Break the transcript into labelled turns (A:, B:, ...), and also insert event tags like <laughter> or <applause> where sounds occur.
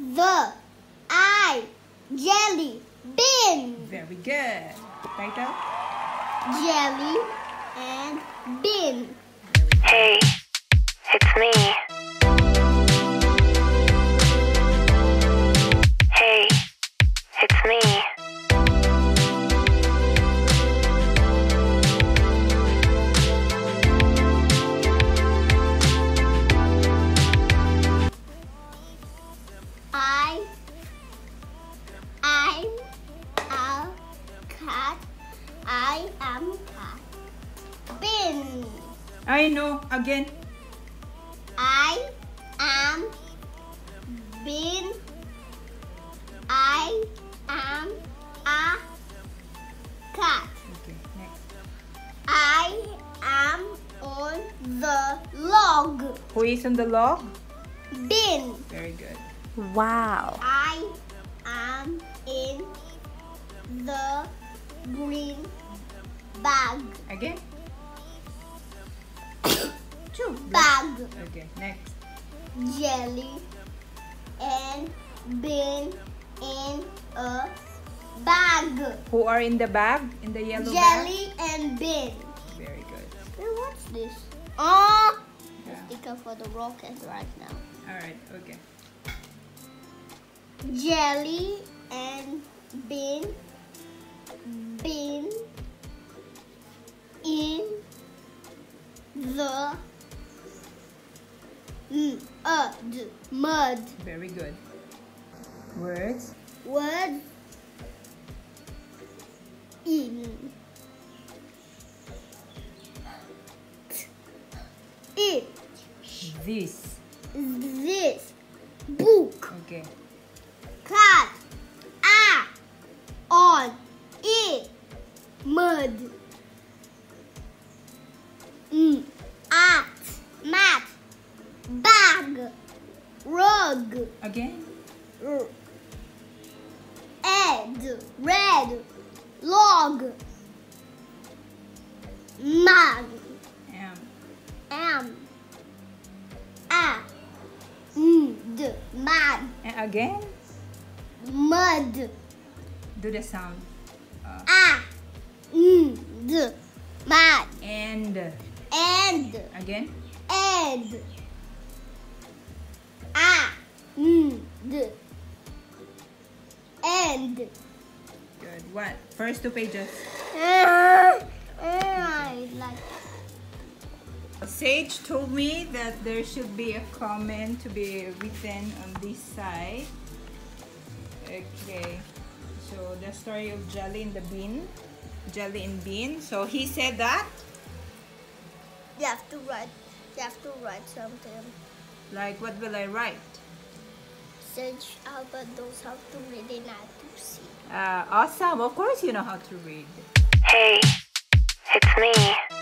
A: the I jelly bin.
B: Very good. Right up.
A: Jelly and bin.
C: Hey, it's me. Hey, it's me.
A: I I'm a cat. I am cat. Bin.
B: I know. Again.
A: I am bin. I am a cat.
B: Okay. Next.
A: I am on the log.
B: Who is on the log?
A: Bin.
B: Very good.
D: Wow.
A: I am in the green bag.
B: Again. Two.
A: Bag.
B: Okay. Next.
A: jelly and bin in a bag.
B: Who are in the bag? In the yellow bag?
A: jelly and bin.
B: Very good.
A: Hey, what's this? Oh,
B: Yeah.
A: sticker for the rocket right now.
B: All right. Okay.
A: Jelly and bin. Bin in the mud. Mud.
B: Very good. Words.
A: word in it
B: This.
A: this book
B: Okay.
A: cat a on it mud mm, at mat bag rug
B: Again.
A: Ed, red, log, mag,
B: Am.
A: am, a, mud, mad,
B: And again.
A: mud,
B: Do the sound. Uh,
A: a, mud, mad,
B: and.
A: and,
B: Again.
A: ed, a, mud, <laughs> and.
B: Good. One. First two pages.
A: I like
B: Sage told me that there should be a comment to be written on this side. Okay. So the story of jelly in the bean. Jelly in bean. So he said that
A: You have to write. You have to write something.
B: like what will I write?
A: Since Albert knows how to read and how to see.
B: Uh, awesome. Of course you know how to read.
C: Hey, it's me.